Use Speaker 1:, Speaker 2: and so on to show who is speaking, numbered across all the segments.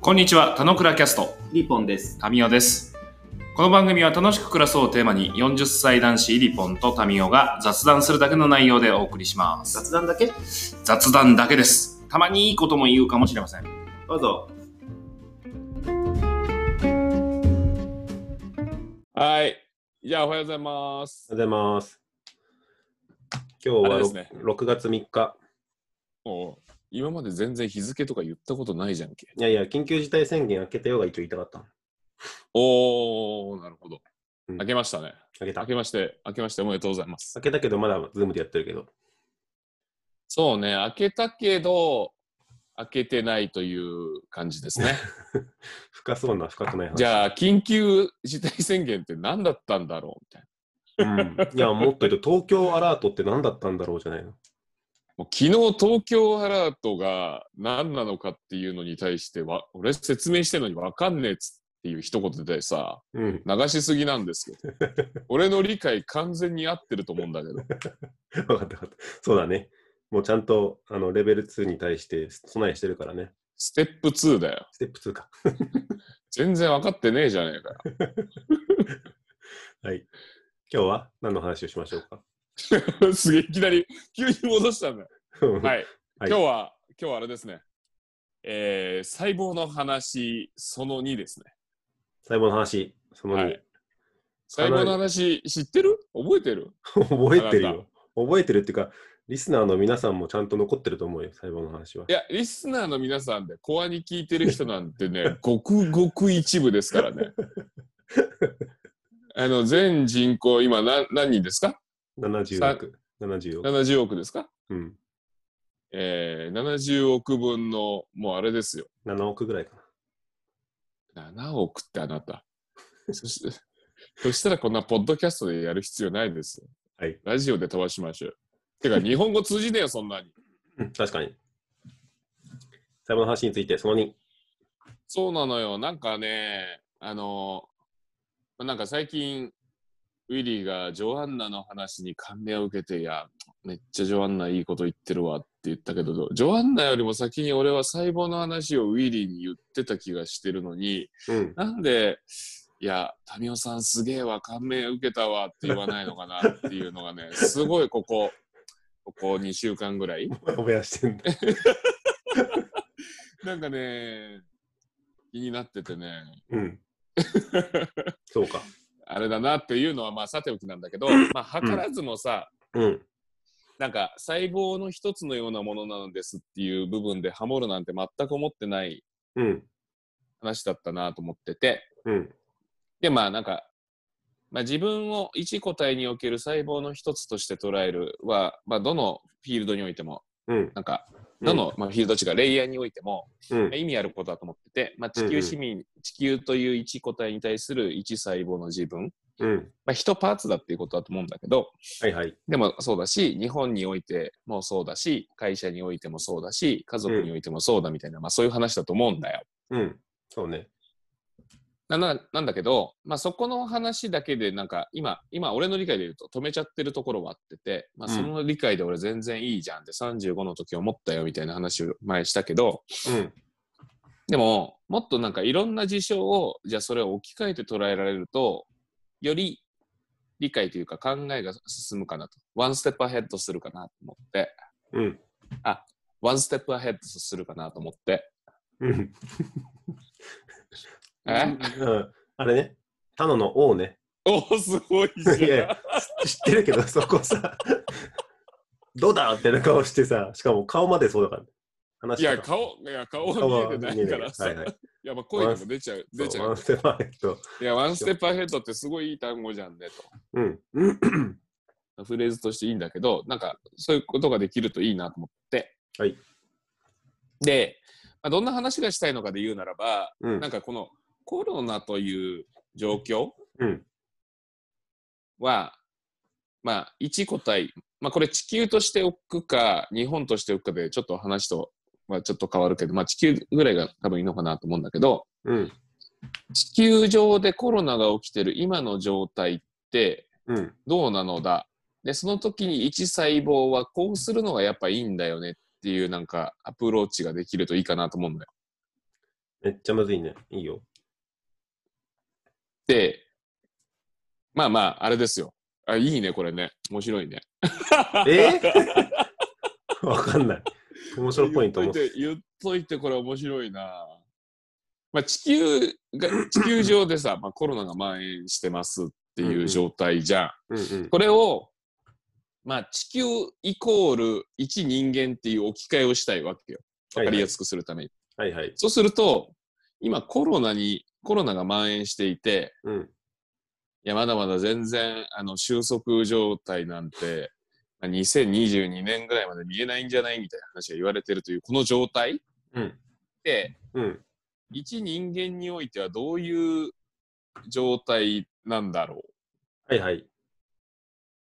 Speaker 1: こんにちは、田野倉キャスト、
Speaker 2: リポンです。
Speaker 1: タミオです。この番組は楽しく暮らそうをテーマに、40歳男子リポンとタミオが雑談するだけの内容でお送りします。
Speaker 2: 雑談だけど
Speaker 1: 雑談だけです。たまにいいことも言うかもしれません。
Speaker 2: うぞ。
Speaker 1: はい。じゃあ、おはようございます
Speaker 3: お。はようございます。今日
Speaker 1: あ
Speaker 3: は
Speaker 1: れです
Speaker 3: ろ、
Speaker 1: ね
Speaker 3: 6月3日。
Speaker 1: もう、今まで全然日付とか言ったことないじゃんけ。
Speaker 3: いやいや、緊急事態宣言明けたようが一応言いたかった。
Speaker 1: おー、なるほど。
Speaker 3: うん
Speaker 1: 明けましたね。
Speaker 3: 明けた。
Speaker 1: 明
Speaker 3: 明け
Speaker 1: けまして、明けましておめでとうございます。
Speaker 3: たけど、まだズームでやってるけど。
Speaker 1: そうね、明けたけど、明けてないという感じです ね。
Speaker 3: 深そうな、深くない話。
Speaker 1: じゃあ、緊急事態宣言って何だったんだろうみたいな。
Speaker 3: うん、いや、もっと言うと、東京アラートって何だったんだろうじゃないの。
Speaker 1: もう昨日、東京アラートが何なのかっていうのに対しては、俺説明してるのに分かんねえっつっていう一言でさ、
Speaker 3: うん。
Speaker 1: 流しすぎなんですけど、 俺の理解完全に合ってると思うんだけど、
Speaker 3: 分かった分かった。そうだね。もうちゃんとあのレベル2に対して備えしてるからね。
Speaker 1: ステップ2だよ。
Speaker 3: ステップ2か。
Speaker 1: 全然分かってねえじゃねえかよ。
Speaker 3: はい。今日は何の話をしましょうか。。
Speaker 1: すげえ、いきなり急に戻したんだよ。はい い、
Speaker 3: は
Speaker 1: 今
Speaker 3: い
Speaker 1: 日は、今日はあれですね。えー、細胞の話その2ですね。
Speaker 3: 細胞の話、その2、
Speaker 1: はい細胞の話知ってる覚えてる
Speaker 3: 覚えてる
Speaker 1: あな
Speaker 3: よ。覚えてるっていうか、リスナーの皆さんもちゃんと残ってると思うよ、細胞の話は。
Speaker 1: いや、リスナーの皆さんで、コアに聞いてる人なんて ね、ごくごく一部ですから ね。あの、全人口、今何、何人ですか
Speaker 3: 70億。70億。
Speaker 1: ?70 億ですか
Speaker 3: うん。
Speaker 1: えー、70億分の、もうあれですよ。
Speaker 3: 7億ぐらいか
Speaker 1: 7億ってあな た。そして、そしたらこんなポッドキャストでやる必要ないですよ。
Speaker 3: はい
Speaker 1: ラジオで飛ばしましょう。てか、日本語通じねえよ、そんなに。
Speaker 3: な。うん、確かに。細胞の話について、その2。
Speaker 1: そうなのよ。なんかね、あの、なんか最近、ウィリーがジョアンナの話に感銘を受けて、いや、めっちゃジョアンナいいこと言ってるわって言ったけど、ジョアンナよりも先に俺は細胞の話をウィリーに言ってた気がしてるのに、
Speaker 3: うん。
Speaker 1: なんで、いや、民生さんすげえわ、感銘受けたわって言わないのかなっていうのがね、すごいここ、ここ2週間ぐらい。
Speaker 3: 覚やしてんだ。
Speaker 1: なんかね、気になっててね、
Speaker 3: うん。そうか。
Speaker 1: あれだなっていうのはまあさておきなんだけど、まあ、図らずもさ、
Speaker 3: うん。
Speaker 1: なんか細胞の一つのようなものなんですっていう部分でハモるなんて全く思ってない
Speaker 3: うん。
Speaker 1: 話だったなと思ってて
Speaker 3: うん。
Speaker 1: でまあなんか、まあ、自分を一個体における細胞の一つとして捉えるは、まあ、どのフィールドにおいても
Speaker 3: うん。
Speaker 1: なんか
Speaker 3: うん
Speaker 1: どの、まあ、フィールド違うレイヤーにおいても、
Speaker 3: うん
Speaker 1: まあ。意味あることだと思ってて、まあ、
Speaker 3: う
Speaker 1: 地
Speaker 3: んうん
Speaker 1: 球市民、地球という一個体に対する一細胞の自分、
Speaker 3: うん。
Speaker 1: まあ、一パーツだっていうことだと思うんだけど、
Speaker 3: はいはい。
Speaker 1: でもそうだし、日本においてもそうだし、会社においてもそうだし、家族においてもそうだみたいな、まあそういう話だと思うんだよ。
Speaker 3: うん。そうね。
Speaker 1: なななんだけど、まあそこの話だけでなんか今、今俺の理解で言うと止めちゃってるところはあってて、まあ
Speaker 3: う
Speaker 1: そ
Speaker 3: ん
Speaker 1: の理解で俺全然いいじゃんって35の時思ったよみたいな話を前したけど、
Speaker 3: うん。
Speaker 1: でももっとなんかいろんな事象を、じゃあそれを置き換えて捉えられると、より理解というか考えが進むかなと。ワンステップアヘッドするかなと思って。
Speaker 3: うん。
Speaker 1: ワンステップアヘッドするかなと思って。
Speaker 3: うん。
Speaker 1: え
Speaker 3: うんあれね。他のの王ね。
Speaker 1: おお、すごいじ
Speaker 3: いやい
Speaker 1: ゃん
Speaker 3: や。知ってるけど、そ こさ、どうだってな顔してさ、しかも顔までそうだから、話
Speaker 1: いや、顔、いや、顔は見えてないからさ。
Speaker 3: はいい はい。
Speaker 1: や、まあ、声でも出ちゃう、出ちゃ
Speaker 3: ワ
Speaker 1: う
Speaker 3: ン。ステップアヘッド。
Speaker 1: いや、ワンステップアヘッドってすごいいい単語じゃんね
Speaker 3: うん。うん
Speaker 1: と。フレーズとしていいんだけど、なんか、そういうことができるといいなと思って。
Speaker 3: はい。
Speaker 1: で、まあ、どんな話がしたいのかで言うならば、
Speaker 3: うん
Speaker 1: なんかこのコロナという状況
Speaker 3: うん。
Speaker 1: は、まあ、一個体、まあ、これ地球としておくか、日本としておくかで、ちょっと話とはちょっと変わるけど、まあ、地球ぐらいが多分いいのかなと思うんだけど、
Speaker 3: うん。
Speaker 1: 地球上でコロナが起きてる今の状態って
Speaker 3: うん。
Speaker 1: どうなのだで、その時に一細胞はこうするのがやっぱいいんだよねっていうなんかアプローチができるといいかなと思うんだよ。
Speaker 3: めっちゃむずいね。いい よ。
Speaker 1: で、まあまあ、あれですよ。あ、いいね、これね。面白いね。
Speaker 3: えー わかんない。面白いポイント
Speaker 1: 言っ
Speaker 3: も。
Speaker 1: といて、言っといて、これ面白いな。まあ、地球が、地球上でさ、まあ、コロナが蔓延してますっていう状態じゃん。
Speaker 3: うんうん。
Speaker 1: これを、まあ、地球イコール一人間っていう置き換えをしたいわけよ。わかりやすくするために。
Speaker 3: はいはい。
Speaker 1: そうすると、今コロナに、コロナが蔓延していて、
Speaker 3: うん。
Speaker 1: いや、まだまだ全然、あの、収束状態なんて、まあ2022年ぐらいまで見えないんじゃないみたいな話が言われてるという、この状態
Speaker 3: うん。
Speaker 1: で、
Speaker 3: うん。
Speaker 1: 一人間においてはどういう状態なんだろ
Speaker 3: はいはい。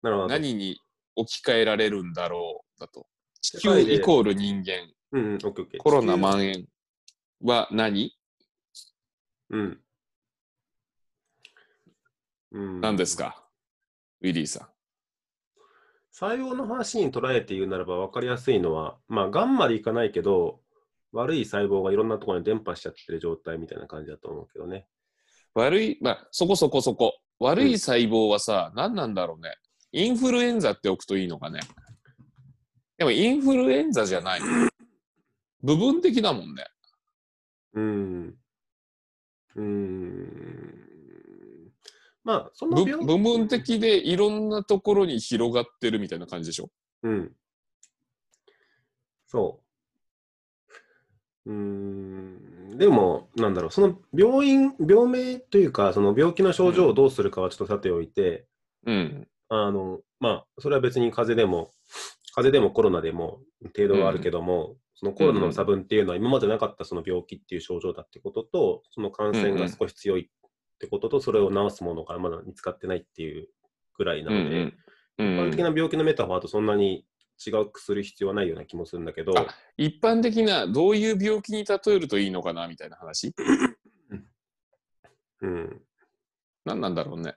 Speaker 3: なるほ
Speaker 1: う
Speaker 3: ど。
Speaker 1: 何に置き換えられるんだろうだと。地
Speaker 3: 世
Speaker 1: 球
Speaker 3: 界で
Speaker 1: イコール人間。
Speaker 3: うんうん。オッケーオッケー。
Speaker 1: コロナ蔓延は何
Speaker 3: うん。うん。
Speaker 1: なんですか、ウィリーさ
Speaker 3: 採用の話に捉えて言うならば分かりやすいのは、まあ、がんまでいかないけど、悪い細胞がいろんなところに伝播しちゃってる状態みたいな感じだと思うけどね。
Speaker 1: ん。悪い、まあ、そこそこそこ。悪い細胞はさ、何なんだろうね。インフルエンザっておくといいのかね。でもインフルエンザじゃない。部分的だもんね。
Speaker 3: うん。うん。まあ、そんな
Speaker 1: ぶ部分的でいろんなところに広がってるみたいな感じでしょ。
Speaker 3: うん。そう。うーん。でも、なんだろう、その病院、病名というか、その病気の症状をどうするかはちょっとさておいて、
Speaker 1: うん。
Speaker 3: あの、まあ、それは別に風邪でも、風邪でもコロナでも程度はあるけども、そのコロナの差分っていうのは今までなかったその病気っていう症状だってことと、その感染が少し強いってことと、それを治すものがまだ見つかってないっていうぐらいな
Speaker 1: うんう
Speaker 3: の
Speaker 1: ん。
Speaker 3: で、
Speaker 1: う
Speaker 3: 一般的
Speaker 1: ん、
Speaker 3: な病気のメタファーとそんなに違くする必要はないような気もするんだけど、
Speaker 1: あ一般的などういう病気に例えるといいのかなみたいな話
Speaker 3: うん、
Speaker 1: 何なんだろうね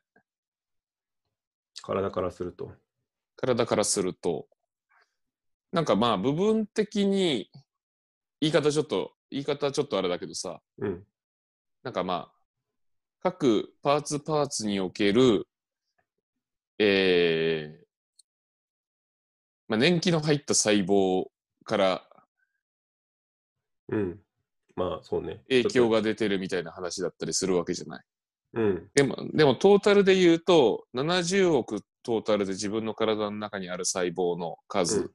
Speaker 3: 体からすると。
Speaker 1: 体からすると、なんかまあ部分的に、言い方ちょっと、言い方ちょっとあれだけどさ、
Speaker 3: うん、
Speaker 1: なんかまあ、各パーツパーツにおける、えー、まあ年季の入った細胞から
Speaker 3: うん。まあ、そうね。
Speaker 1: 影響
Speaker 3: が。
Speaker 1: が出てるみたいな話だったりするわけじゃない。
Speaker 3: うん、
Speaker 1: でも、でもトータルで言うと、70億トータルで自分の体の中にある細胞の数、
Speaker 3: うん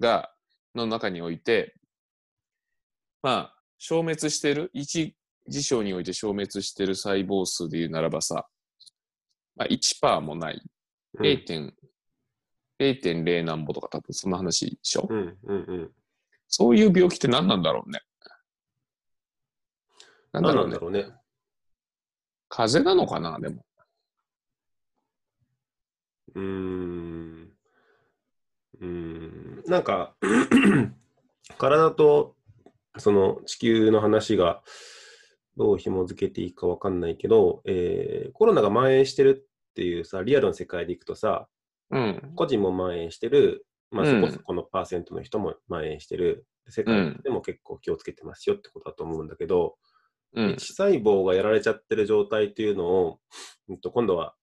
Speaker 1: が、の中において、まあ、消滅してる、一事象において消滅してる細胞数で言うならばさ、まあ、1%もない。
Speaker 3: うん、
Speaker 1: 0. 点0.0何歩とか多分そんな話でしょ、
Speaker 3: うん、うん、うん。
Speaker 1: そういう病気って何なんだろうね。なんだ
Speaker 3: 何
Speaker 1: ろ
Speaker 3: な
Speaker 1: うんね
Speaker 3: だ。ろうね。
Speaker 1: 風邪なのかな、でも。
Speaker 3: うーん。うーん。なんか、 体とその地球の話がどう紐付けていいかわかんないけど、えーコロナが蔓延してるっていうさ、リアルの世界でいくとさ、
Speaker 1: うん。
Speaker 3: 個人も蔓延してる、まあ、
Speaker 1: う
Speaker 3: そ
Speaker 1: ん
Speaker 3: こそこのパーセントの人も蔓延してる、世界でも結構気をつけてますよってことだと思うんだけど、
Speaker 1: うん。
Speaker 3: 一細胞がやられちゃってる状態っていうのを、うん、と今度は、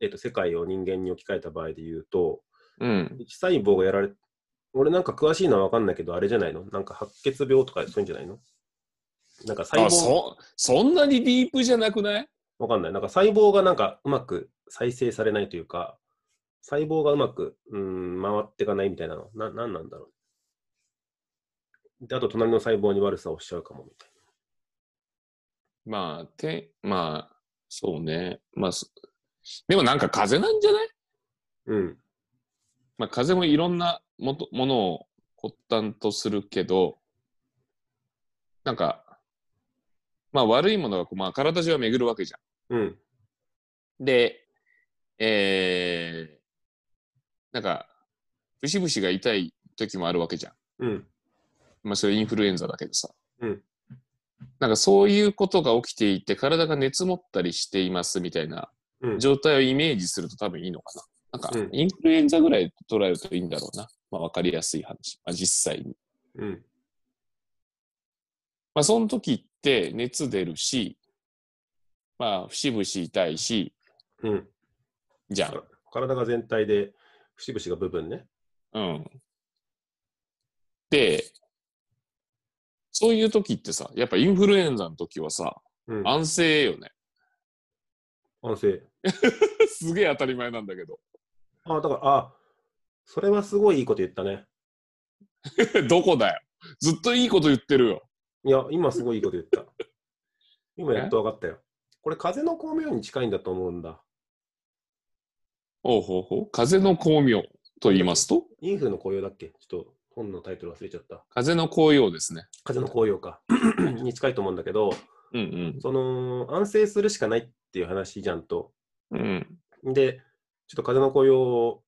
Speaker 3: えっと世界を人間に置き換えた場合で言うと、
Speaker 1: うん。
Speaker 3: 一細胞がやられ、俺なんか詳しいのは分かんないけど、あれじゃないのなんか白血病とかそういうんじゃないのなんか細
Speaker 1: あ、
Speaker 3: 胞、
Speaker 1: そ、そんなにディープじゃなくない
Speaker 3: わかんない。なんか細胞がなんかうまく再生されないというか、細胞がうまく、うん、回っていかないみたいなの。な、なんなんだろう。で、あと隣の細胞に悪さをしちゃうかもみたい
Speaker 1: まあ、て、まあ、そうね。まあ、そでもなんか風邪なんじゃない
Speaker 3: な。うん。
Speaker 1: まあ、風邪もいろんなもとものを発端とするけど、なんか、まあ悪いものがこう、まあ体中は巡るわけじゃ
Speaker 3: うん。
Speaker 1: ん。で、えー、なんか、節々が痛い時もあるわけじゃん。
Speaker 3: うん。
Speaker 1: まあそれインフルエンザだけどさ。
Speaker 3: うん
Speaker 1: なんかそういうことが起きていて、体が熱持ったりしていますみたいな
Speaker 3: うん。
Speaker 1: 状態をイメージすると多分いいのかな。なんか
Speaker 3: うん、
Speaker 1: インフルエンザぐらい捉えるといいんだろうな。まあ、わかりやすい話。まあ、実際に。
Speaker 3: うん。
Speaker 1: まあ、その時って熱出るし、まあ、節々痛いし、
Speaker 3: うん。
Speaker 1: じゃん。
Speaker 3: 体が全体で、節々が部分ね。
Speaker 1: うん。で、そういう時ってさ、やっぱインフルエンザの時はさ、
Speaker 3: うん。
Speaker 1: 安静よね。
Speaker 3: 安静。
Speaker 1: すげえ当たり前なんだけど。
Speaker 3: あ、だから、あ、それはすごいいいこと言ったね。
Speaker 1: どこだよ。ずっといいこと言ってるよ。
Speaker 3: いや、今すごいいいこと言った。今やっと分かったよ。これ、風の光明に近いんだと思うんだ。
Speaker 1: おうほうほう。風の光明と言いますと
Speaker 3: インフルの紅葉だっけちょっと本のタイトル忘れちゃった。
Speaker 1: 風の紅葉ですね。
Speaker 3: 風の紅葉か。 に近いと思うんだけど、
Speaker 1: うん
Speaker 3: その、安静するしかないっていう話じゃんと。
Speaker 1: うん。うん。
Speaker 3: で、ちょっと風の紅葉を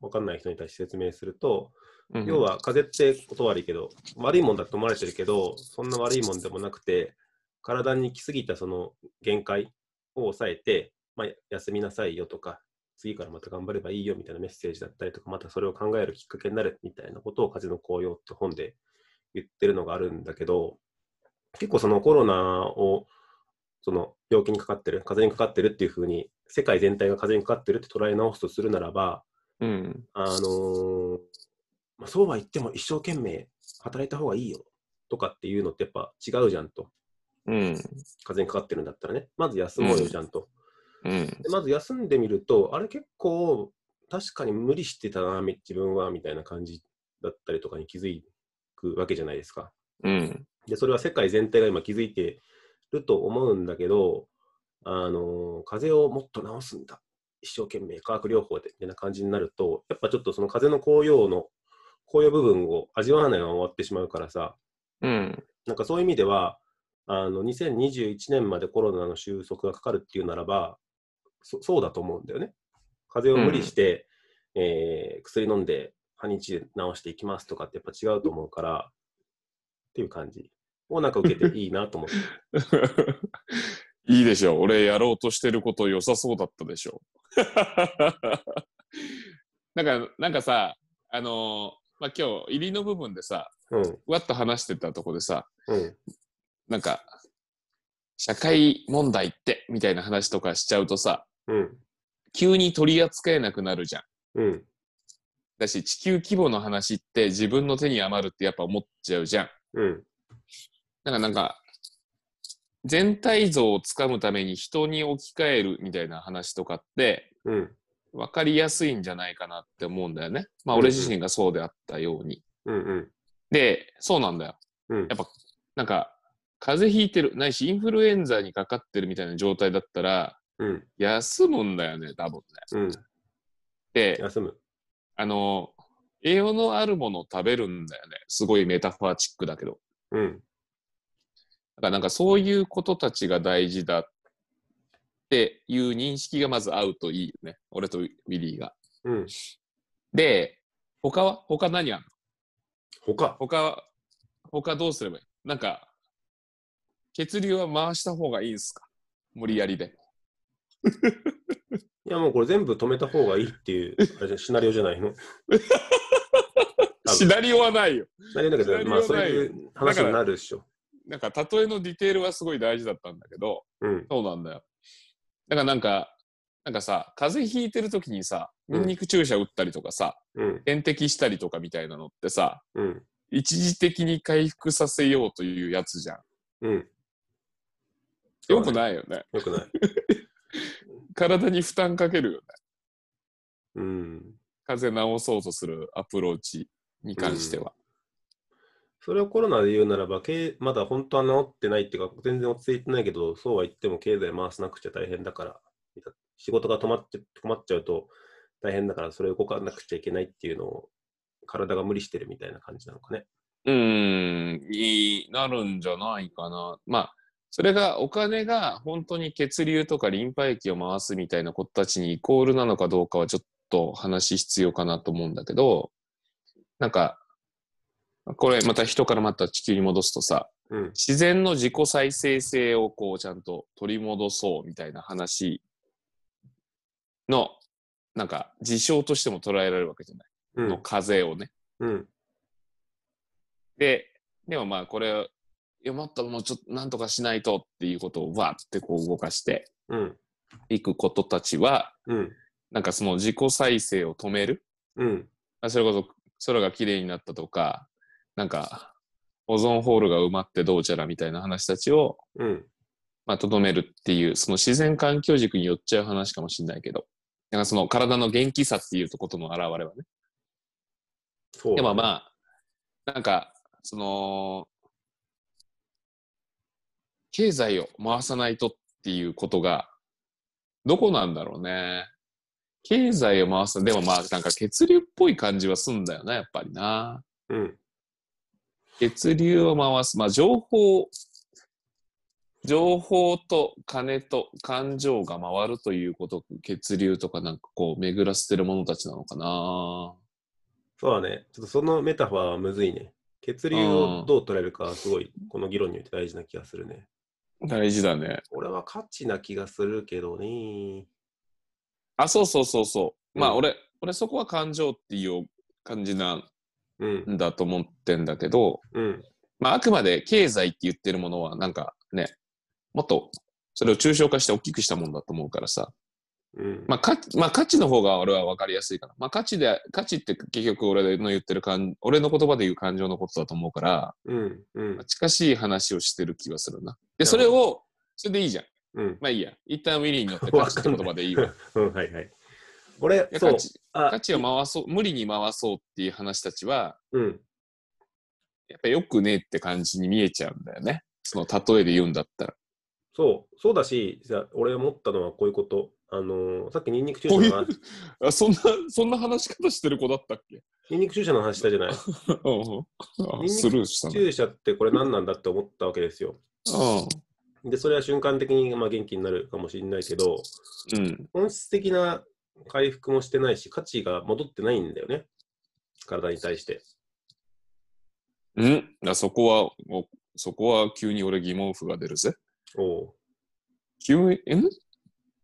Speaker 3: 分かんない人に対して説明すると、
Speaker 1: うん
Speaker 3: 要、は風邪ってこと悪いけど、悪いもんだと思われてるけど、そんな悪いもんでもなくて、体に来すぎたその限界を抑えて、まあ、休みなさいよとか、次からまた頑張ればいいよみたいなメッセージだったりとか、またそれを考えるきっかけになるみたいなことを風の紅葉って本で言ってるのがあるんだけど、結構そのコロナをその病気にかかってる、風邪にかかってるっていうふうに、世界全体が風邪にかかってるって捉え直すとするならば、
Speaker 1: うん。
Speaker 3: あのーまあ、そうは言っても一生懸命働いた方がいいよとかっていうのってやっぱ違うじゃんと。
Speaker 1: うん。
Speaker 3: 風邪にかかってるんだったらね。まず休もうよじゃんと。
Speaker 1: うん。
Speaker 3: でまず休んでみると、あれ結構確かに無理してたな、み自分はみたいな感じだったりとかに気づくわけじゃないですか。
Speaker 1: うん。
Speaker 3: で、それは世界全体が今気づいてると思うんだけど、あの、風邪をもっと治すんだ。一生懸命化学療法で、みたいな感じになると、やっぱちょっとその風邪の紅葉の、紅葉部分を味わわないまま終わってしまうからさ、
Speaker 1: うん。
Speaker 3: なんかそういう意味では、あの、2021年までコロナの収束がかかるっていうならば、そそうだと思うんだよね。風邪を無理して、えー薬飲んで、半日で治していきますとかってやっぱ違うと思うから、っていう感じをなんか受けていいなと思って。
Speaker 1: いいでしょう。俺やろうとしてること良さそうだったでしょう。 なんか、なんかさ、あのーまあ、今日、入りの部分でさ、
Speaker 3: うん、
Speaker 1: ふわっと話してたとこでさ、
Speaker 3: うん、
Speaker 1: なんか、社会問題って、みたいな話とかしちゃうとさ、
Speaker 3: うん、
Speaker 1: 急に取り扱えなくなるじゃん。
Speaker 3: うん、
Speaker 1: だし、地球規模の話って自分の手に余るってやっぱ思っちゃうじゃん。
Speaker 3: うん、
Speaker 1: なんかなんか、全体像をつかむために人に置き換えるみたいな話とかって
Speaker 3: うん、
Speaker 1: 分かりやすいんじゃないかなって思うんだよね。まあ
Speaker 3: うんうん
Speaker 1: 俺自身がそうであったように。
Speaker 3: うん、うん、
Speaker 1: で、そうなんだよ。
Speaker 3: うん
Speaker 1: やっ、ぱなんか、風邪ひいてる、ないしインフルエンザにかかってるみたいな状態だったら、
Speaker 3: うん、
Speaker 1: 休むんだよね、多分ね。
Speaker 3: うん、
Speaker 1: で、
Speaker 3: 休む。
Speaker 1: あの、栄養のあるものを食べるんだよね。すごいメタファーチックだけど。
Speaker 3: うん、
Speaker 1: だからなんかそういうことたちが大事だっていう認識がまず合うといいよね。俺とウィリーが。
Speaker 3: うん。
Speaker 1: で、他は他何あんの
Speaker 3: 他
Speaker 1: 他は、他どうすればいいなんか、血流は回した方がいいんすか無理やりで。
Speaker 3: いやもうこれ全部止めた方がいいっていう、あれじゃシナリオじゃないの。多分
Speaker 1: シナリオはないよ。
Speaker 3: シナリオだけ
Speaker 1: シナリ
Speaker 3: ど、
Speaker 1: オ
Speaker 3: まあそういう話になるでしょ。
Speaker 1: なんか、例えのディテールはすごい大事だったんだけど、
Speaker 3: うん、
Speaker 1: そうなんだよ。だからなんか、なんかさ、風邪ひいてる時にさ、ニンニク注射打ったりとかさ、
Speaker 3: うん、
Speaker 1: 点滴したりとかみたいなのってさ、
Speaker 3: うん、
Speaker 1: 一時的に回復させようというやつじゃん。
Speaker 3: うん。
Speaker 1: よくないよね。
Speaker 3: よくない。
Speaker 1: 体に負担かけるよね。
Speaker 3: うん。
Speaker 1: 風邪治そうとするアプローチに関しては。
Speaker 3: それをコロナで言うならば、経まだ本当は治ってないっていうか、全然落ち着いてないけど、そうは言っても経済回さなくちゃ大変だから、仕事が止まっちゃ止まっちゃうと大変だから、それを動かなくちゃいけないっていうのを、体が無理してるみたいな感じなのかね。
Speaker 1: うーん、になるんじゃないかな。まあ、それがお金が本当に血流とかリンパ液を回すみたいなことたちにイコールなのかどうかはちょっと話必要かなと思うんだけど、なんか、これまた人からまた地球に戻すとさ、
Speaker 3: うん、
Speaker 1: 自然の自己再生性をこうちゃんと取り戻そうみたいな話のなんか事象としても捉えられるわけじゃない、
Speaker 3: う
Speaker 1: の
Speaker 3: ん、
Speaker 1: 風をね
Speaker 3: うん、
Speaker 1: ででもまあこれや、もっともうちょっとなんとかしないとっていうことをわーってこう動かして
Speaker 3: うん、
Speaker 1: いくことたちは、
Speaker 3: うん、
Speaker 1: なんかその自己再生を止める。
Speaker 3: うん、
Speaker 1: あそれこそ空が綺麗になったとか、なんかオゾンホールが埋まってどうちゃらみたいな話たちを、
Speaker 3: うん、
Speaker 1: まあ、とどめるっていう、その自然環境軸によっちゃう話かもしれないけど、なんかその体の元気さっていうとことの表れはね。
Speaker 3: そう。
Speaker 1: でも
Speaker 3: あ、
Speaker 1: まあ、なんか、その、経済を回さないとっていうことが、どこなんだろうね。経済を回す、でもまあ、なんか血流っぽい感じはすんだよな、やっぱりな。
Speaker 3: うん、
Speaker 1: 血流を回す、まあ、情報、情報と金と感情が回るということ、血流とかなんかこう巡らせてるものたちなのかな。
Speaker 3: そうだね。ちょっとそのメタファーはむずいね。血流をどう捉えるかはすごい、この議論において大事な気がするね。
Speaker 1: 大事だね。
Speaker 3: 俺は価値な気がするけどね。
Speaker 1: あ、そうそうそうそう。まあ
Speaker 3: うん
Speaker 1: 俺、俺そこは感情っていう感じな
Speaker 3: うん、
Speaker 1: んだと思ってんだけど、
Speaker 3: うん、
Speaker 1: まああくまで経済って言ってるものはなんかね、もっとそれを抽象化して大きくしたもんだと思うからさ。
Speaker 3: うん。
Speaker 1: まあ、価値まあ価値の方が俺は分かりやすいから、まあ、価値で価値って結局俺の言ってる感俺の言葉で言う感情のことだと思うから、
Speaker 3: うん、うん
Speaker 1: まあ、、近しい話をしてる気がするな
Speaker 3: なるほど
Speaker 1: でそれをそれでいいじゃん
Speaker 3: うん。
Speaker 1: まあいいや一旦ウィリーに乗って価値って言葉で いいわ
Speaker 3: うん、はいはい。俺
Speaker 1: い、や
Speaker 3: そ
Speaker 1: 価
Speaker 3: う。
Speaker 1: 値
Speaker 3: あ
Speaker 1: 価値を回そう無理に回そうっていう話たちは
Speaker 3: うん、
Speaker 1: やっぱよくねえって感じに見えちゃうんだよねその例えで言うんだったら
Speaker 3: そう、そうだし、じゃあ俺思ったのはこういうこと。あのーさっきニンニク注射の
Speaker 1: こうい
Speaker 3: 話、
Speaker 1: あそんなそんな話し方してる子だったっけ
Speaker 3: ニンニク注射の話した じゃない。
Speaker 1: うんうんあ
Speaker 3: ニンニク
Speaker 1: スルーしたね
Speaker 3: 注射ってこれ何なんだって思ったわけですよ。で、それは瞬間的にまあ元気になるかもしれないけど、
Speaker 1: うんうん
Speaker 3: 本質的な回復もしてないし、価値が戻ってないんだよね。体に対して。
Speaker 1: うんあそこはおそこは急に俺疑問符が出るぜ。
Speaker 3: おう
Speaker 1: 急に、ん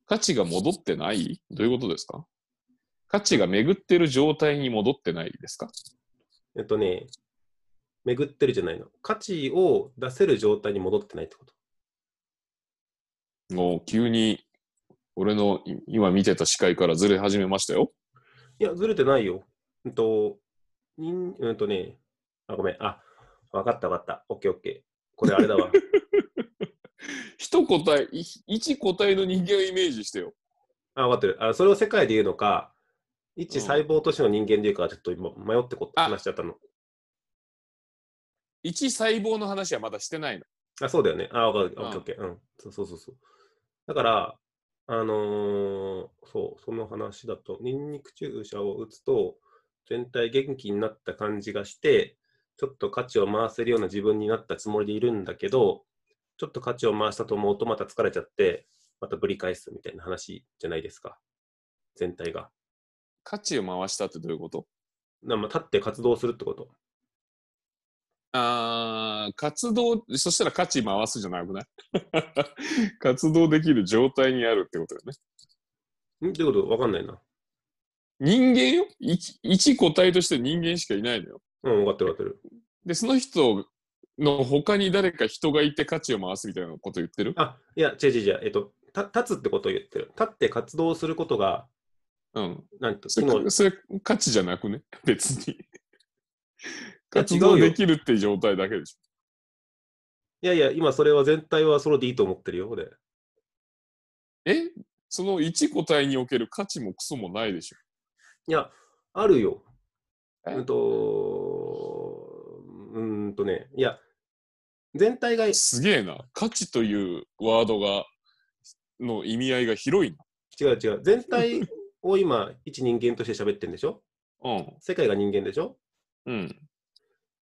Speaker 1: 価値が戻ってないどういうことですか価値が巡ってる状態に戻ってないですか
Speaker 3: えっとね、巡ってるじゃないの。価値を出せる状態に戻ってないってこと。
Speaker 1: もう急に俺のい今見てた視界からずれ始めましたよ。
Speaker 3: いや、ずれてないよ。うんと、にん、うんとね、あ、ごめん。あ、わかったわかった。オッケーオッケー。これあれ だわ。
Speaker 1: 一個体、い一個体の人間をイメージしてよ。
Speaker 3: あ、分かってる。あ、それを世界で言うのか、
Speaker 1: う
Speaker 3: 一
Speaker 1: ん
Speaker 3: 細胞としての人間で言うか、ちょっと今迷ってこ
Speaker 1: あ
Speaker 3: 話しちゃったの。
Speaker 1: 一細胞の話はまだしてないの。
Speaker 3: あ、そうだよね。あ、分かる。
Speaker 1: うん
Speaker 3: オッケーオッケー。うん。そうそうそうそう。だから、あのーそう、その話だと、ニンニク注射を打つと、全体元気になった感じがして、ちょっと価値を回せるような自分になったつもりでいるんだけど、ちょっと価値を回したと思うと、また疲れちゃって、またぶり返すみたいな話じゃないですか。全体が。
Speaker 1: 価値を回したってどういうこと
Speaker 3: なまあ、立って活動するってこと。
Speaker 1: あー活動、そしたら価値回すじゃなくない 活動できる状態にあるってことよね。
Speaker 3: んってことわかんないな。
Speaker 1: 人間よ一一個体として人間しかいないのよ。
Speaker 3: うん、分かってる分かってる。
Speaker 1: で、その人の他に誰か人がいて価値を回すみたいなこと言ってる
Speaker 3: あ、いや、違う違う違う。えっと、た立つってことを言ってる。立って活動することが、
Speaker 1: うん。
Speaker 3: なんと、
Speaker 1: そ
Speaker 3: 機能
Speaker 1: れ、それ価値じゃなくね別に。
Speaker 3: や
Speaker 1: 活
Speaker 3: 違
Speaker 1: 動
Speaker 3: うよ
Speaker 1: できるって状態だけでし
Speaker 3: いやいや、今それは全体はソロでいいと思ってるよ、俺。
Speaker 1: ょ。えその一個体における価値もクソもないでしょ。
Speaker 3: いや、あるよ。
Speaker 1: え
Speaker 3: うんと、うーんとね、いや、全体が違
Speaker 1: すげえな。価値というワードが、の意味合いが広いな。
Speaker 3: う違う。全体を今、一人間として喋ってるんでしょ
Speaker 1: うん。
Speaker 3: 世界が人間でしょ
Speaker 1: うん。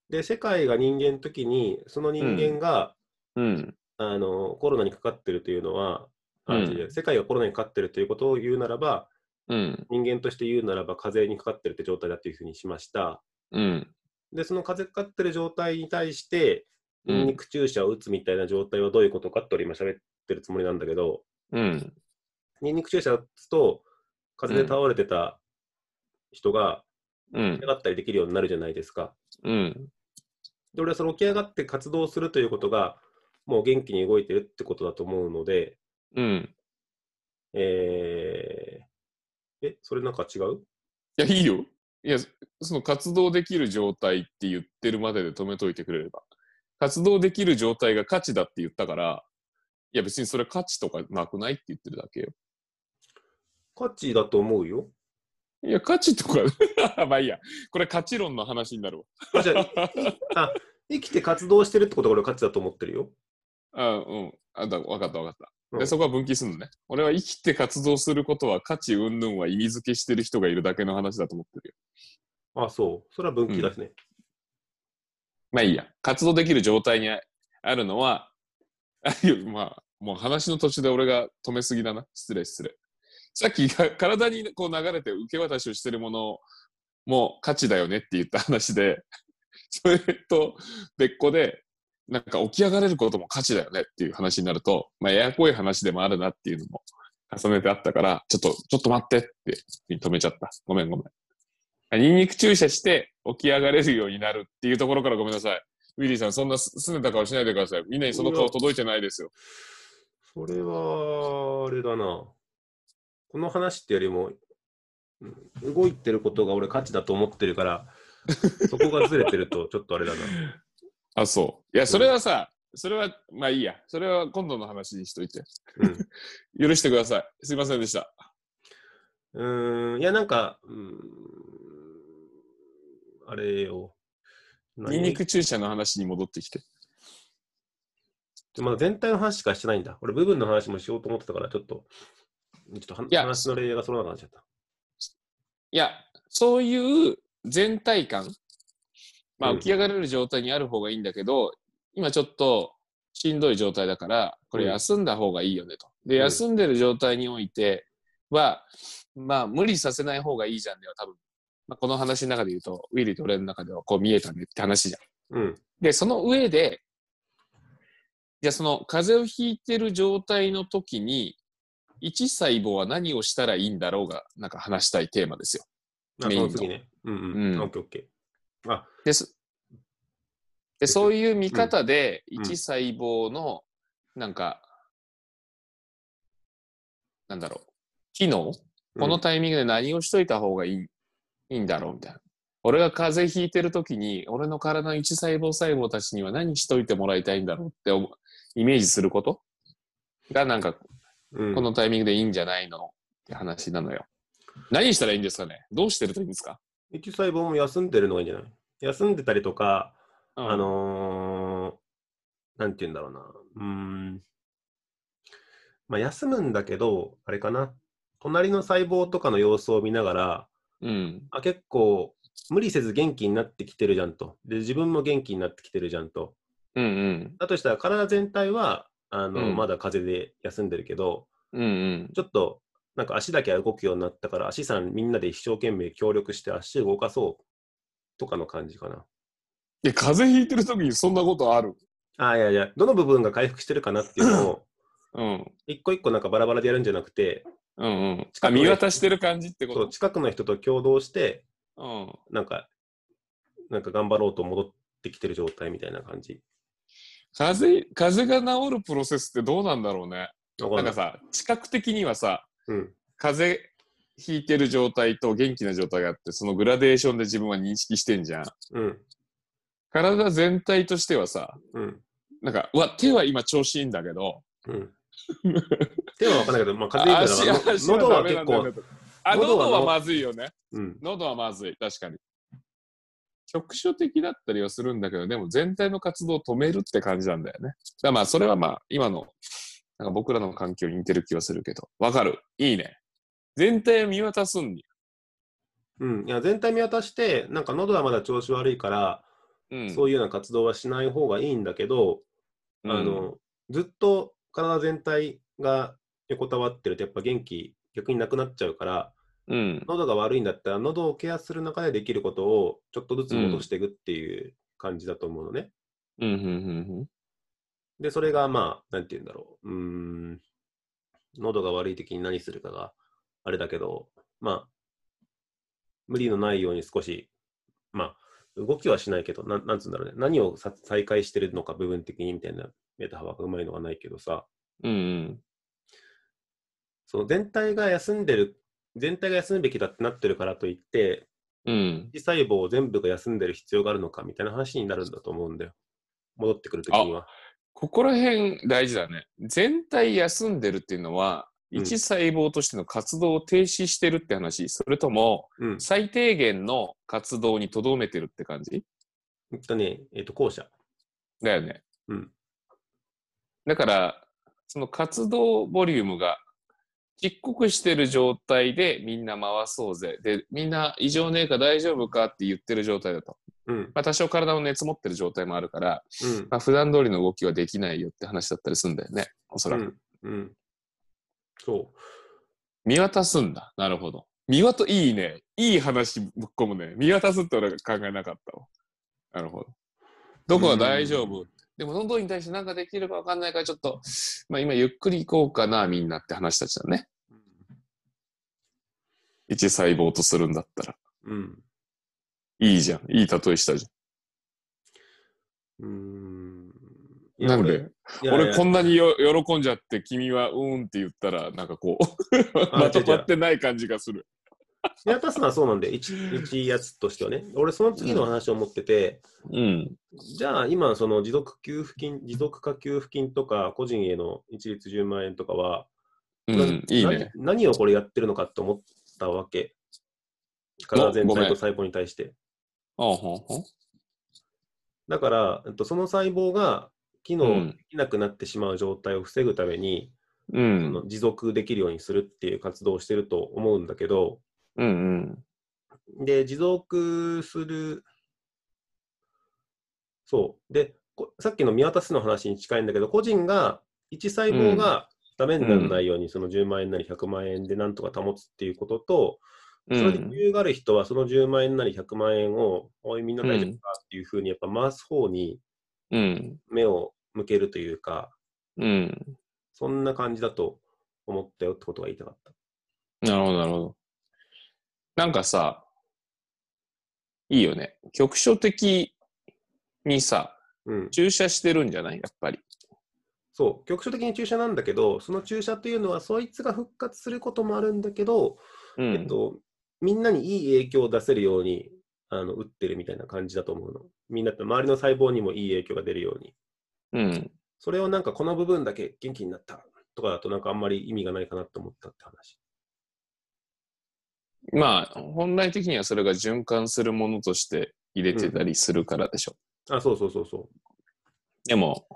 Speaker 3: で、世界が人間の時に、その人間が、
Speaker 1: うん。
Speaker 3: あのコロナにかかってるというのは、あ
Speaker 1: うん
Speaker 3: 違う世界がコロナにかかってるということを言うならば、
Speaker 1: うん。
Speaker 3: 人間として言うならば、風邪にかかってるって状態だというふうにしました。
Speaker 1: うん。
Speaker 3: で、その風邪かかってる状態に対して、
Speaker 1: うん
Speaker 3: ニンニク注射を打つみたいな状態はどういうことかって俺今喋ってるつもりなんだけど、
Speaker 1: うん。
Speaker 3: ニンニク注射打つと、風邪で倒れてた人が、
Speaker 1: うん
Speaker 3: か。かったりできるようになるじゃないですか。
Speaker 1: うん。
Speaker 3: で俺はその起き上がって活動するということがもう元気に動いてるってことだと思うので、
Speaker 1: うん。
Speaker 3: えーえ、それなんか違う
Speaker 1: いや、いいよ。いや、そその活動できる状態って言ってるまでで止めといてくれれば。活動できる状態が価値だって言ったから、いや別にそれ価値とかなくないって言ってるだけよ。
Speaker 3: 価値だと思うよ。
Speaker 1: いや、価値とか、 まあいいや。これ価値論の話になるわ。
Speaker 3: あじゃあい あ生きて活動してるってことが俺は価値だと思ってるよ。
Speaker 1: あうん。あだ、わかったわかった。
Speaker 3: う
Speaker 1: で
Speaker 3: ん
Speaker 1: そこは分岐するのね。俺は生きて活動することは価値云々は意味付けしてる人がいるだけの話だと思ってるよ。
Speaker 3: あ、そう。それは分岐だしね。
Speaker 1: まあいいや。活動できる状態にああるのは、あいやまあ、もう話の途中で俺が止めすぎだな。失礼失礼。さっきが体にこう流れて受け渡しをしてるものも価値だよねって言った話で、 それと別個で、なんか起き上がれることも価値だよねっていう話になると、まあ、ややこい話でもあるなっていうのも重ねてあったから、ちょっと、ちょっと待ってって止めちゃった。ごめんごめん。ニンニク注射して起き上がれるようになるっていうところからごめんなさい。ウィリーさん、そんなす拗ねた顔しないでください。みんなにその顔届いてないですよ。
Speaker 3: それは、あれだな。この話ってよりも、うん動いてることが俺価値だと思ってるから、そこがずれてるとちょっとあれだな。
Speaker 1: あ、そう。いや、それはさ、それは、まあいいや。それは今度の話にしといて。
Speaker 3: うん
Speaker 1: 許してください。すいませんでした。
Speaker 3: うーん、いや、なんか、うーん、あれよ。
Speaker 1: ニンニク注射の話に戻ってきて。
Speaker 3: まだ全体の話しかしてないんだ。俺、部分の話もしようと思ってたから、ちょっと、ちょっとはい
Speaker 1: や
Speaker 3: 話の例がそのなくなっちゃった。
Speaker 1: いや、そういう全体感、まあ、
Speaker 3: うん
Speaker 1: 起き上がれる状態にある方がいいんだけど、今ちょっとしんどい状態だから、これ
Speaker 3: うん
Speaker 1: 休んだ方がいいよねと。で、
Speaker 3: うん
Speaker 1: 休んでる状態においては、まあ、無理させない方がいいじゃんでは多分、まあ、この話の中で言うと、ウィリーと俺の中ではこう見えたねって話じゃん。
Speaker 3: うん。
Speaker 1: で、その上で、じゃあその風邪をひいてる状態の時に、一細胞は何をしたらいいんだろうが、なんか話したいテーマですよ。
Speaker 3: あ、そ
Speaker 1: メイン
Speaker 3: の
Speaker 1: の
Speaker 3: 次ね。うん
Speaker 1: う
Speaker 3: うんん。オッケーオッケー。あ、
Speaker 1: ですでそういう見方で、
Speaker 3: ん
Speaker 1: 一細胞の、なんか、なんだろう、機能このタイミングで何をしといた方がいい,、ん、いいんだろうみたいな。俺が風邪ひいてる時に、俺の体の一細胞細胞たちには何しといてもらいたいんだろうって思うイメージすることが、なんか、
Speaker 3: うん、
Speaker 1: このタイミングでいいんじゃないのって話なのよ。何したらいいんですかねどうしてるといいんですか、
Speaker 3: 一細胞も休んでるのがいいんじゃない休んでたりとか、
Speaker 1: うん
Speaker 3: あ、のー、なんて言うんだろうな。うーん。まあ、休むんだけど、あれかな。隣の細胞とかの様子を見ながら、
Speaker 1: うん。
Speaker 3: あ、結構、無理せず元気になってきてるじゃんと。で、自分も元気になってきてるじゃんと。
Speaker 1: うんうん。
Speaker 3: だとしたら、体全体は、あの、
Speaker 1: うん
Speaker 3: まだ風邪で休んでるけど、
Speaker 1: うんうん。
Speaker 3: ちょっと、なんか足だけは動くようになったから、足さんみんなで一生懸命協力して足動かそうとかの感じかな。
Speaker 1: え、風邪ひいてる時にそんなことある
Speaker 3: あ、いやいや、どの部分が回復してるかなっていうのを、
Speaker 1: うん。
Speaker 3: 一個一個なんかバラバラでやるんじゃなくて、
Speaker 1: うんうん。
Speaker 3: 近
Speaker 1: あ、
Speaker 3: くで
Speaker 1: 見渡してる感じって
Speaker 3: そ
Speaker 1: こ
Speaker 3: う近くの人と共同して、
Speaker 1: とうん。
Speaker 3: なんか、なんか頑張ろうと戻ってきてる状態みたいな感じ。
Speaker 1: 風邪、風邪が治るプロセスってどうなんだろうね。なん
Speaker 3: わかんな
Speaker 1: か
Speaker 3: い
Speaker 1: さ、知覚的にはさ、
Speaker 3: うん。
Speaker 1: 風邪ひいてる状態と元気な状態があって、そのグラデーションで自分は認識してんじゃん。
Speaker 3: うん。
Speaker 1: 体全体としてはさ、
Speaker 3: うん。
Speaker 1: なんか、うわ、手は今調子いいんだけど、
Speaker 3: うん。手は分かんないけど、まあ、風邪ひいたから、の喉は
Speaker 1: ダメ
Speaker 3: 結
Speaker 1: なん
Speaker 3: 構
Speaker 1: だ、よねあ、
Speaker 3: 喉
Speaker 1: 喉
Speaker 3: は
Speaker 1: はまずいよね。
Speaker 3: うん。
Speaker 1: 喉はまずい、確かに。局所的だったりはするんだけど、でも全体の活動を止めるって感じなんだよね。だからまあ、それはまあ、今の、なんか僕らの環境に似てる気はするけど、わかる。いいね。全体を見渡すんに。
Speaker 3: うん。いや、全体見渡して、なんか喉はまだ調子悪いから、
Speaker 1: うん。
Speaker 3: そういうような活動はしない方がいいんだけど、
Speaker 1: うん
Speaker 3: あ、の、ずっと体全体が横たわってると、やっぱ元気、逆になくなっちゃうから、
Speaker 1: うん。
Speaker 3: 喉が悪いんだったら、喉をケアする中でできることをちょっとずつ戻していくっていう感じだと思うのね。
Speaker 1: うん。うん。うん
Speaker 3: で、それがまあ、なんて言うんだろう。うーん、喉が悪い時に何するかがあれだけど、まあ、無理のないように少し、まあ、動きはしないけど、なんなんつうんだろうね、何をさ再開してるのか部分的にみたいなメタ幅がうまいのはないけどさ、
Speaker 1: うん
Speaker 3: その全体が休んでる、全体が休むべきだってなってるからといって、
Speaker 1: うん。うん。
Speaker 3: 一細胞全部が休んでる必要があるのかみたいな話になるんだと思うんだよ。戻ってくるときには。
Speaker 1: ここら辺大事だね。全体休んでるっていうのは、
Speaker 3: うん
Speaker 1: 一細胞としての活動を停止してるって話、それとも
Speaker 3: うん。
Speaker 1: 最低限の活動にとどめてるって感じ
Speaker 3: えっとね、えっと、後者。
Speaker 1: だよね。
Speaker 3: うん。
Speaker 1: だから、その活動ボリュームがちっこくしてる状態でみんな回そうぜ。で、みんな異常ねえか大丈夫かって言ってる状態だと。
Speaker 3: うん。
Speaker 1: まあ多少体の熱持ってる状態もあるから、
Speaker 3: うん。
Speaker 1: まあ普段通りの動きはできないよって話だったりするんだよね。おそらく。
Speaker 3: うん。うん。そう。
Speaker 1: 見渡すんだ。なるほど。見渡、いいね。いい話ぶっ込むね。見渡すって俺は考えなかったわ。なるほど。どこは大丈夫、
Speaker 3: うん
Speaker 1: でも、喉に対して何かできるか分かんないから、ちょっと、まあ今ゆっくり行こうかな、みんなって話たちだね。一細胞とするんだったら。
Speaker 3: うん。
Speaker 1: いいじゃん。いい例えしたじ
Speaker 3: うーん。い
Speaker 1: ゃん。な
Speaker 3: や
Speaker 1: んで、
Speaker 3: 俺いやいや
Speaker 1: 俺こんなによ喜んじゃって、君はうーんって言ったら、なんかこう、
Speaker 3: あ
Speaker 1: まと
Speaker 3: 違う違
Speaker 1: ま
Speaker 3: う
Speaker 1: ってない感じがする。
Speaker 3: 見渡すのはそうなんで、一一やつとしてはね。俺、その次の話を持ってて、
Speaker 1: うん。
Speaker 3: じゃあ今、その持続給付金、持続化給付金とか、個人への一律10万円とかは、
Speaker 1: うん、いいね。
Speaker 3: な何をこれやってるのかって思ったわけ。体全
Speaker 1: ごめ
Speaker 3: 体
Speaker 1: ん
Speaker 3: と細胞に対して。
Speaker 1: ああほんほん
Speaker 3: だから、えっとその細胞が機
Speaker 1: う
Speaker 3: 能
Speaker 1: ん
Speaker 3: できなくなってしまう状態を防ぐために、
Speaker 1: う
Speaker 3: あ
Speaker 1: ん。
Speaker 3: の持続できるようにするっていう活動をしてると思うんだけど、
Speaker 1: うんうん。
Speaker 3: で、持続する、そう。で、こさっきの見渡すの話に近いんだけど、個人が、1細胞がダメにならないように、その10万円なり100万円でなんとか保つっていうことと、
Speaker 1: う
Speaker 3: それで
Speaker 1: ん
Speaker 3: 余裕がある人は、その10万円なり100万円を、おい、みんな大丈
Speaker 1: う
Speaker 3: 夫
Speaker 1: ん
Speaker 3: かっていうふうに、やっぱ回す方に
Speaker 1: うん。
Speaker 3: 目を向けるというか、
Speaker 1: うん。
Speaker 3: そんな感じだと思ったよってことが言いたかった。
Speaker 1: なるほど、なるほど。なんかさ、いいよね。局所的にさ、
Speaker 3: うん。
Speaker 1: 注射してるんじゃないやっぱり。
Speaker 3: そう、局所的に注射なんだけど、その注射というのは、そいつが復活することもあるんだけど、
Speaker 1: う
Speaker 3: えっと、みんなにいい影響を出せるようにあの打ってるみたいな感じだと思うの。みんなって周りの細胞にもいい影響が出るように。
Speaker 1: うん。
Speaker 3: それをなんかこの部分だけ元気になったとかだとなんかあんまり意味がないかなと思ったって話。
Speaker 1: まあ、本来的にはそれが循環するものとして入れてたりするからでしょ。
Speaker 3: あ、そうそうそうそ
Speaker 1: でも、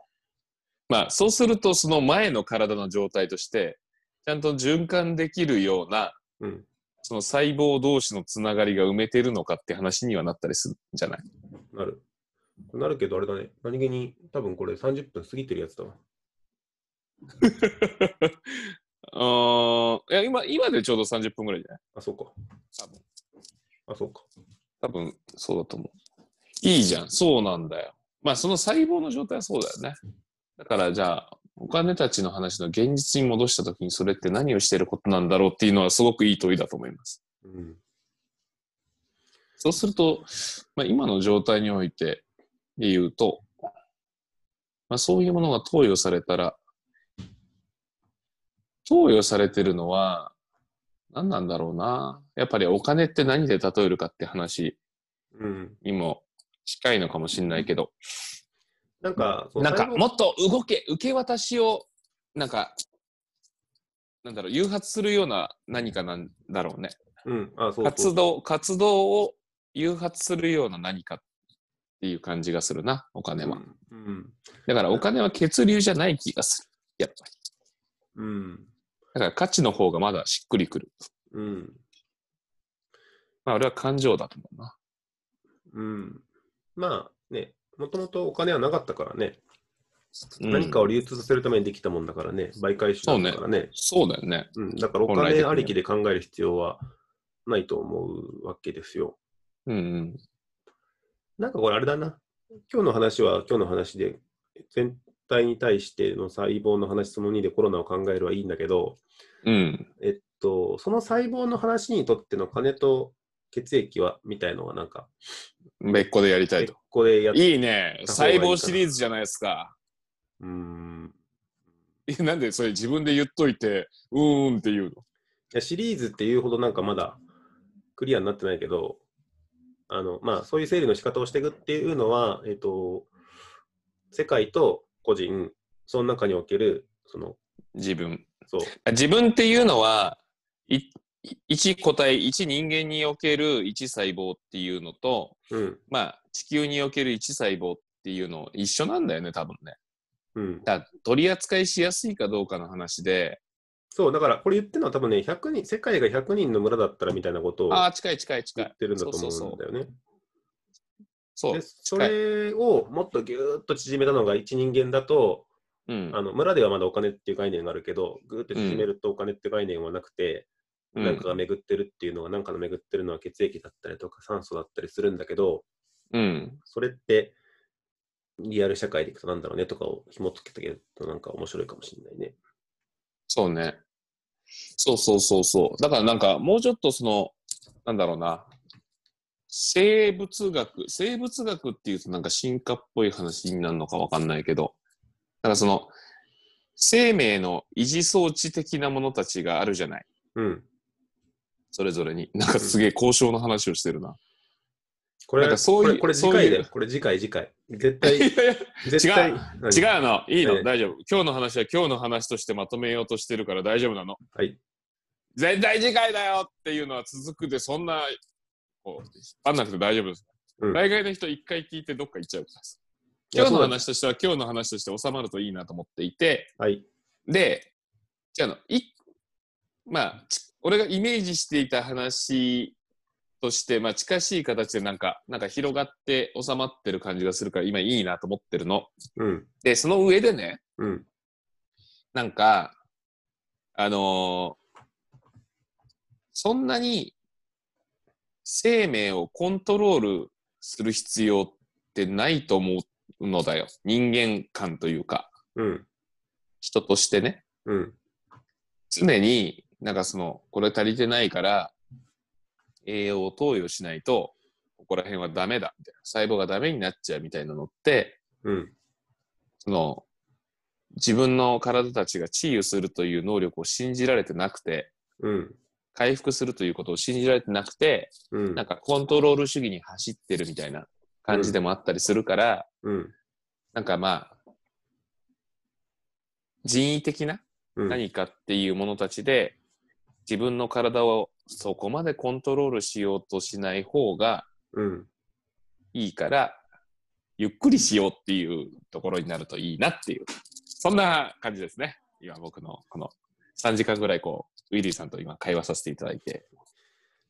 Speaker 1: まあ、そうすると、その前の体の状態として、ちゃんと循環できるような、
Speaker 3: う。うん。
Speaker 1: その細胞同士のつながりが埋めてるのかって話にはなったりするんじゃない
Speaker 3: なる。これなるけどあれだね。何気に多分これ30分過ぎてるやつだわ。
Speaker 1: うーんいや今、今でちょうど30分ぐらいじゃない
Speaker 3: あ、そうか。
Speaker 1: 多分。
Speaker 3: あ、そうか。
Speaker 1: 多分、そうだと思う。いいじゃん。そうなんだよ。まあ、その細胞の状態はそうだよね。だから、じゃあ、お金たちの話の現実に戻したときに、それって何をしてることなんだろうっていうのは、すごくいい問いだと思います。
Speaker 3: うん。
Speaker 1: そうすると、まあ、今の状態においてで言うと、まあ、そういうものが投与されたら、投与されてるのは、何なんだろうな。やっぱりお金って何で例えるかって話
Speaker 3: うん。
Speaker 1: にも近いのかもしれないけど、
Speaker 3: なんか、その
Speaker 1: なんか
Speaker 3: 細胞
Speaker 1: もっと動け、受け渡しを、なんか、なんだろう、誘発するような何かなんだろうね。
Speaker 3: うん。あ、そうそう
Speaker 1: 活動、活動を誘発するような何かっていう感じがするな、お金は。
Speaker 3: うん。
Speaker 1: だからお金は血流じゃない気がする。やっぱり。
Speaker 3: うん。
Speaker 1: だから価値の方がまだしっくりくる。
Speaker 3: うん。
Speaker 1: まあ俺は感情だと思うな。
Speaker 3: うん。まあね、もともとお金はなかったからね、
Speaker 1: うん
Speaker 3: 何かを流通させるためにできたもんだからね、媒介手段だからね
Speaker 1: そうだよね。
Speaker 3: うん、だからお
Speaker 1: 本来的に
Speaker 3: 金
Speaker 1: は
Speaker 3: ありきで考える必要はないと思うわけですよ。
Speaker 1: うんうん。
Speaker 3: なんかこれあれだな、今日の話は今日の話で、全体に対しての細胞の話その2でコロナを考えるはいいんだけど、
Speaker 1: うん。
Speaker 3: えっと、その細胞の話にとっての金と血液はみたいのはなんか、
Speaker 1: 別個でやりたい
Speaker 3: 結
Speaker 1: と。
Speaker 3: 構でやっ
Speaker 1: いいね。
Speaker 3: た方がい
Speaker 1: 細
Speaker 3: いかな
Speaker 1: 胞シリーズじゃないですか。
Speaker 3: うーん
Speaker 1: えなんでそれ自分で言っといて、うーんって言う
Speaker 3: いやシリーズっていうほどなんかまだクリアになってないけど、あのまあ、そういう整理の仕方をしていくっていうのは、えっと世界と個人、その中における、その、
Speaker 1: の自分。
Speaker 3: そう、
Speaker 1: 自分っていうのは、いい一個体、一人間における一細胞っていうのと、
Speaker 3: うん、
Speaker 1: まあ、地球における一細胞っていうの一緒なんだよね、多分ね。
Speaker 3: うん。
Speaker 1: だから取り扱いしやすいかどうかの話で、
Speaker 3: そう、だからこれ言ってるのは多分ね、100人、世界が100人の村だったらみたいなことを
Speaker 1: あ
Speaker 3: 言
Speaker 1: あ、近い近い近い。
Speaker 3: ってるんだと思
Speaker 1: そう
Speaker 3: う
Speaker 1: そ
Speaker 3: ん
Speaker 1: う
Speaker 3: だよね。
Speaker 1: そう。そう
Speaker 3: で、それをもっとぎゅーっと縮めたのが一人間だと、
Speaker 1: うん
Speaker 3: あの村ではまだお金っていう概念があるけど、ぐーっと縮めるとお金って概念はなくて、
Speaker 1: うん
Speaker 3: なんかが巡ってるっていうのが、なんかの巡ってるのは血液だったりとか酸素だったりするんだけど、
Speaker 1: うん。
Speaker 3: それってリアル社会でいくとなんだろうねとかを紐付けてあげるとなんか面白いかもしれないね。
Speaker 1: そうね。そうそうそうそう。だからなんか、もうちょっとその、なんだろうな。生物学、生物学っていうとなんか進化っぽい話になるのかわかんないけど、なんかその、生命の維持装置的なものたちがあるじゃない。
Speaker 3: うん。
Speaker 1: それぞれに。なんかすげえ交渉の話をしてるな。
Speaker 3: これ、
Speaker 1: なんかそういう
Speaker 3: これこれ次回
Speaker 1: そう
Speaker 3: で、
Speaker 1: いう
Speaker 3: これ次回、次回。絶対、
Speaker 1: いやいや
Speaker 3: 絶対。
Speaker 1: 違
Speaker 3: う。
Speaker 1: うの、いいの、
Speaker 3: ね
Speaker 1: 大丈夫。今日の話は今日の話としてまとめようとしてるから大丈夫なの。
Speaker 3: はい。
Speaker 1: 絶対次回だよっていうのは続くで、そんな、こう、引っ張んなくて大丈夫です。
Speaker 3: うん
Speaker 1: 大概の人一回聞いてどっか行っちゃうからです。
Speaker 3: いや
Speaker 1: 今日の
Speaker 3: そうなんで
Speaker 1: 話としては今日の話として収まるといいなと思っていて、
Speaker 3: はい。
Speaker 1: で、じゃあの、い、まあ、ち俺がイメージしていた話として、まあ近しい形でなんか、なんか広がって収まってる感じがするから今いいなと思ってるの。
Speaker 3: うん。
Speaker 1: で、その上でね、
Speaker 3: うん。
Speaker 1: なんか、あのーそんなに生命をコントロールする必要ってないと思うのだよ。人間観というか、
Speaker 3: うん。
Speaker 1: 人としてね。
Speaker 3: うん。
Speaker 1: 常になんかその、これ足りてないから、栄養を投与しないと、ここら辺はダメだ、みたいな。細胞がダメになっちゃうみたいなのって、
Speaker 3: うん。
Speaker 1: その、自分の体たちが治癒するという能力を信じられてなくて、
Speaker 3: うん。
Speaker 1: 回復するということを信じられてなくて、
Speaker 3: うん。
Speaker 1: なんかコントロール主義に走ってるみたいな感じでもあったりするから、
Speaker 3: うん。
Speaker 1: なんかまあ、人為的な
Speaker 3: うん。
Speaker 1: 何かっていうものたちで、自分の体をそこまでコントロールしようとしない方が
Speaker 3: うん。
Speaker 1: いいから、ゆっくりしようっていうところになるといいなっていう、そんな感じですね。今僕のこの3時間ぐらいこう、ウィリーさんと今会話させていただいて。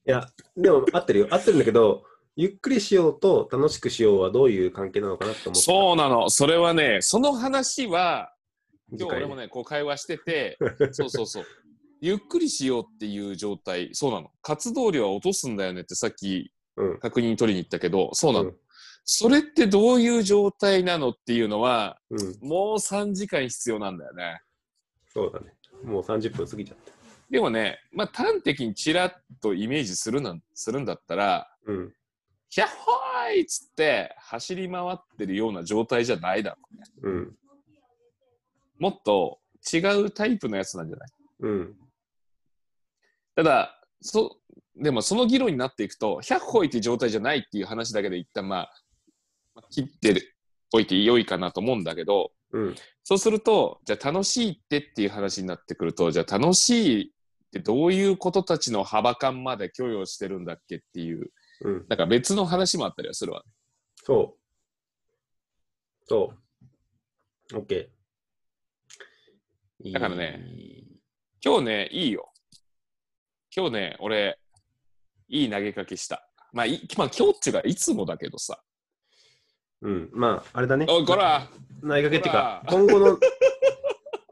Speaker 3: いや、でも合ってるよ。合ってるんだけど、ゆっくりしようと楽しくしようはどういう関係なのかなって思って。
Speaker 1: そうなの。それはね、その話は、
Speaker 3: 次
Speaker 1: 今日
Speaker 3: 回
Speaker 1: 俺もね、こう会話して て、そうそうそう。ゆっくりしようっていう状態、そうなの。活動量は落とすんだよねってさっき
Speaker 3: うん。
Speaker 1: 確認取りに行ったけど、そうなの。
Speaker 3: うん
Speaker 1: それってどういう状態なのっていうのは、
Speaker 3: うん。
Speaker 1: もう3時間必要なんだよね。
Speaker 3: そうだね。もう30分過ぎちゃった。
Speaker 1: でもね、まあ、端的にちらっとイメージするなんするんだったら、
Speaker 3: うん。
Speaker 1: ひゃっほーいっつって走り回ってるような状態じゃないだろうね。
Speaker 3: うん。
Speaker 1: もっと違うタイプのやつなんじゃない
Speaker 3: うん。
Speaker 1: ただ、そ、でもその議論になっていくと、ひゃっほいっていう状態じゃないっていう話だけで一旦まあ、まあ切ってる、おいて良いかなと思うんだけど、
Speaker 3: うん。
Speaker 1: そうすると、じゃあ楽しいってっていう話になってくると、じゃあ楽しいってどういうことたちの幅感まで許容してるんだっけっていう
Speaker 3: うん。
Speaker 1: なんか別の話もあったりはするわ。
Speaker 3: そう。そう。OK。
Speaker 1: だからね今日ね、いいよ。今日ね、俺、いい投げかけした。まあ、いまあ、今日っていうか、いつもだけどさ。
Speaker 3: うん。まあ、あれだね。
Speaker 1: おい、こら、
Speaker 3: 内掛けっていうか、
Speaker 1: ほ
Speaker 3: 今後の、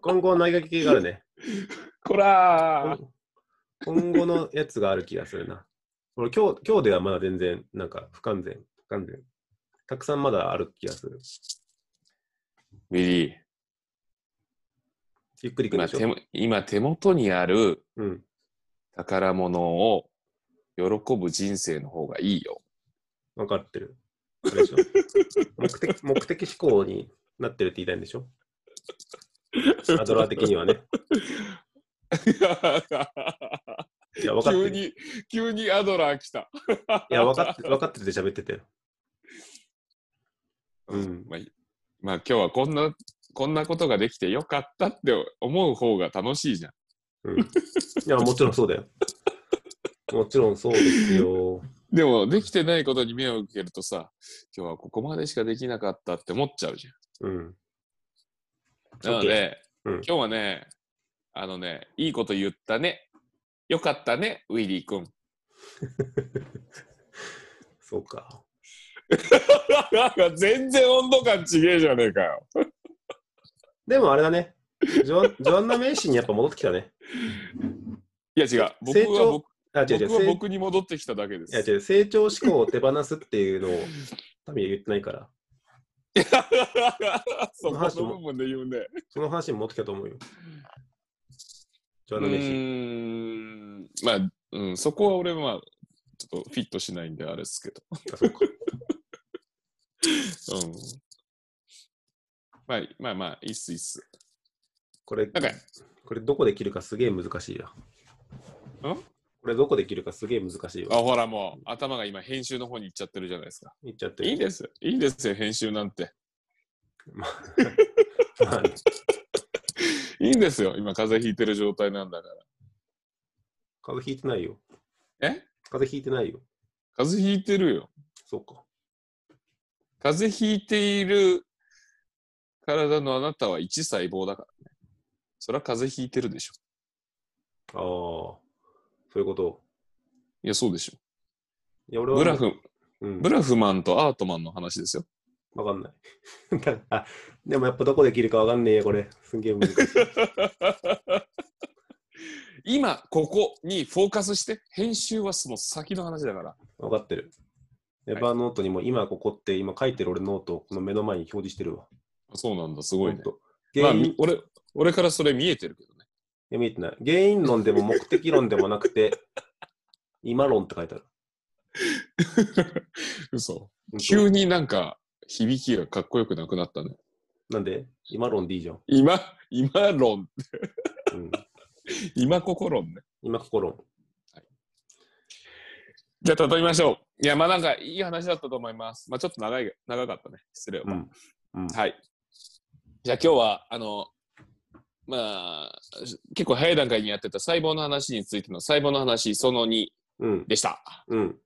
Speaker 3: 今後の内掛けがあるね。
Speaker 1: こら、
Speaker 3: 今後のやつがある気がするな。俺今日、今日ではまだ全然、なんか不完全、不完全。たくさんまだある気がする。
Speaker 1: ウィリー、
Speaker 3: ゆっくりくる
Speaker 1: 今
Speaker 3: でし
Speaker 1: 手
Speaker 3: ょ。
Speaker 1: も、今手元にある
Speaker 3: うん。
Speaker 1: 宝物を喜ぶ人生の方がいいよ。
Speaker 3: わかってる。あれでしょ 目的目的思考になってるって言いたいんでしょアドラー的にはね。いや、分か
Speaker 1: 急
Speaker 3: ってる。い
Speaker 1: に、急にアドラー来た。
Speaker 3: や、分かって分かってて喋ってたよ。うん
Speaker 1: まあ、いまあ今日はこんな、こんなことができてよかったって思う方が楽しいじゃん。
Speaker 3: うん、いや、もちろんそうだよ。もちろんそうですよ。
Speaker 1: でも、できてないことに目を向けるとさ、今日はここまでしかできなかったって思っちゃうじ
Speaker 3: うん。
Speaker 1: ゃん。なので、
Speaker 3: OK うん
Speaker 1: 今日はね、あのね、いいこと言ったね。よかったね、ウィリー君。
Speaker 3: そうか。
Speaker 1: なんか 全然温度感ちげえじゃねえかよ。
Speaker 3: でもあれだね。ジョンジョアンナ・メイシーにやっぱ戻ってきたね。
Speaker 1: いや違う、僕
Speaker 3: 成
Speaker 1: は
Speaker 3: 長
Speaker 1: 僕
Speaker 3: あ、違う違う。
Speaker 1: 僕は
Speaker 3: せい
Speaker 1: 僕に戻ってきただけで
Speaker 3: いや
Speaker 1: す。
Speaker 3: 違う成長思考を手放すっていうのを、タミヤ言ってないから。
Speaker 1: そこの部分で言うね。
Speaker 3: その話に戻ってきたと思うよ。ジョア
Speaker 1: う
Speaker 3: ンナ・メイシー。
Speaker 1: ーん、まあ、うん、そこは俺はちょっとフィットしないんであれですけど。
Speaker 3: あそうか
Speaker 1: うん。まあ、まあまあ、いいっす、いいっす。
Speaker 3: これ、
Speaker 1: なんか、
Speaker 3: これどこで切るかすげえ難しいや。
Speaker 1: ん
Speaker 3: これどこで切るかすげえ難しい
Speaker 1: あ
Speaker 3: わ。
Speaker 1: ほらもう、頭が今、編集の方に行っちゃってるじゃないですか。
Speaker 3: いっちゃってる。
Speaker 1: いいです。いいですよ、編集なんて。
Speaker 3: まあまあね
Speaker 1: いいんですよ、今、風邪ひいてる状態なんだから。
Speaker 3: 風邪ひいてないよ。
Speaker 1: え
Speaker 3: 風邪ひいてないよ。
Speaker 1: 風邪ひいてるよ。
Speaker 3: そうか。
Speaker 1: 風邪ひいている体のあなたは一細胞だからね。それは風邪ひいてるでしょ。
Speaker 3: ああ、そういうこと。
Speaker 1: いや、そうでしょ。
Speaker 3: いや、俺はもう。
Speaker 1: ブラフ、
Speaker 3: うん
Speaker 1: ブ。ラフマンとアートマンの話ですよ。
Speaker 3: わかんない。 だからでもやっぱどこで切るかわかんねえよ、これ。すんげえ難しい。
Speaker 1: 今ここにフォーカスして編集はその先の話だから
Speaker 3: わか ってる。エ
Speaker 1: い
Speaker 3: ヴァノートにも今ここって今書いてる俺ノートをこの目の前に表示してるわ。
Speaker 1: そうなんだすごいね
Speaker 3: ほん、と
Speaker 1: ま
Speaker 3: 原
Speaker 1: あ、
Speaker 3: 因、
Speaker 1: み俺俺からそれ見えてるけどね
Speaker 3: いや見えてない。原因論でも目的論でもなくて、 今論って書いてある。
Speaker 1: 嘘
Speaker 3: ほんと
Speaker 1: 急になんか響きがかっこよくなくなったね
Speaker 3: なんで今論でいいじゃん。
Speaker 1: 今今論
Speaker 3: うん、
Speaker 1: 今ここ論ね
Speaker 3: 今ここ論。
Speaker 1: じゃあ例えましょういやまあなんかいい話だったと思いますまあちょっと長い長かったね失礼を、
Speaker 3: うん。うん、
Speaker 1: はいじゃあ今日はあのまあ結構早い段階にやってた細胞の話についての細胞の話その2
Speaker 3: うん。
Speaker 1: でした。
Speaker 3: うん。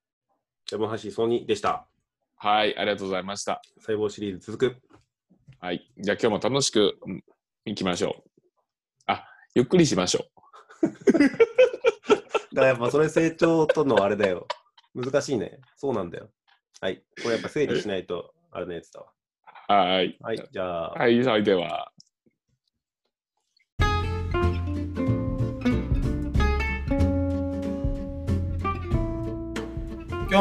Speaker 3: 山橋ソニーでした。
Speaker 1: はい、ありがとうございました。
Speaker 3: 細胞シリーズ続く。
Speaker 1: はい、じゃあ今日も楽しくうん行きましょう。あ、ゆっくりしましょ
Speaker 3: だからやっぱそれ成長とのあれだよ。難しいね。そうなんだよ。はい。これやっぱ整理しないとあれのやつだわ。
Speaker 1: う。はい。
Speaker 3: はい。じゃあ。
Speaker 1: はい、それでは。
Speaker 2: 今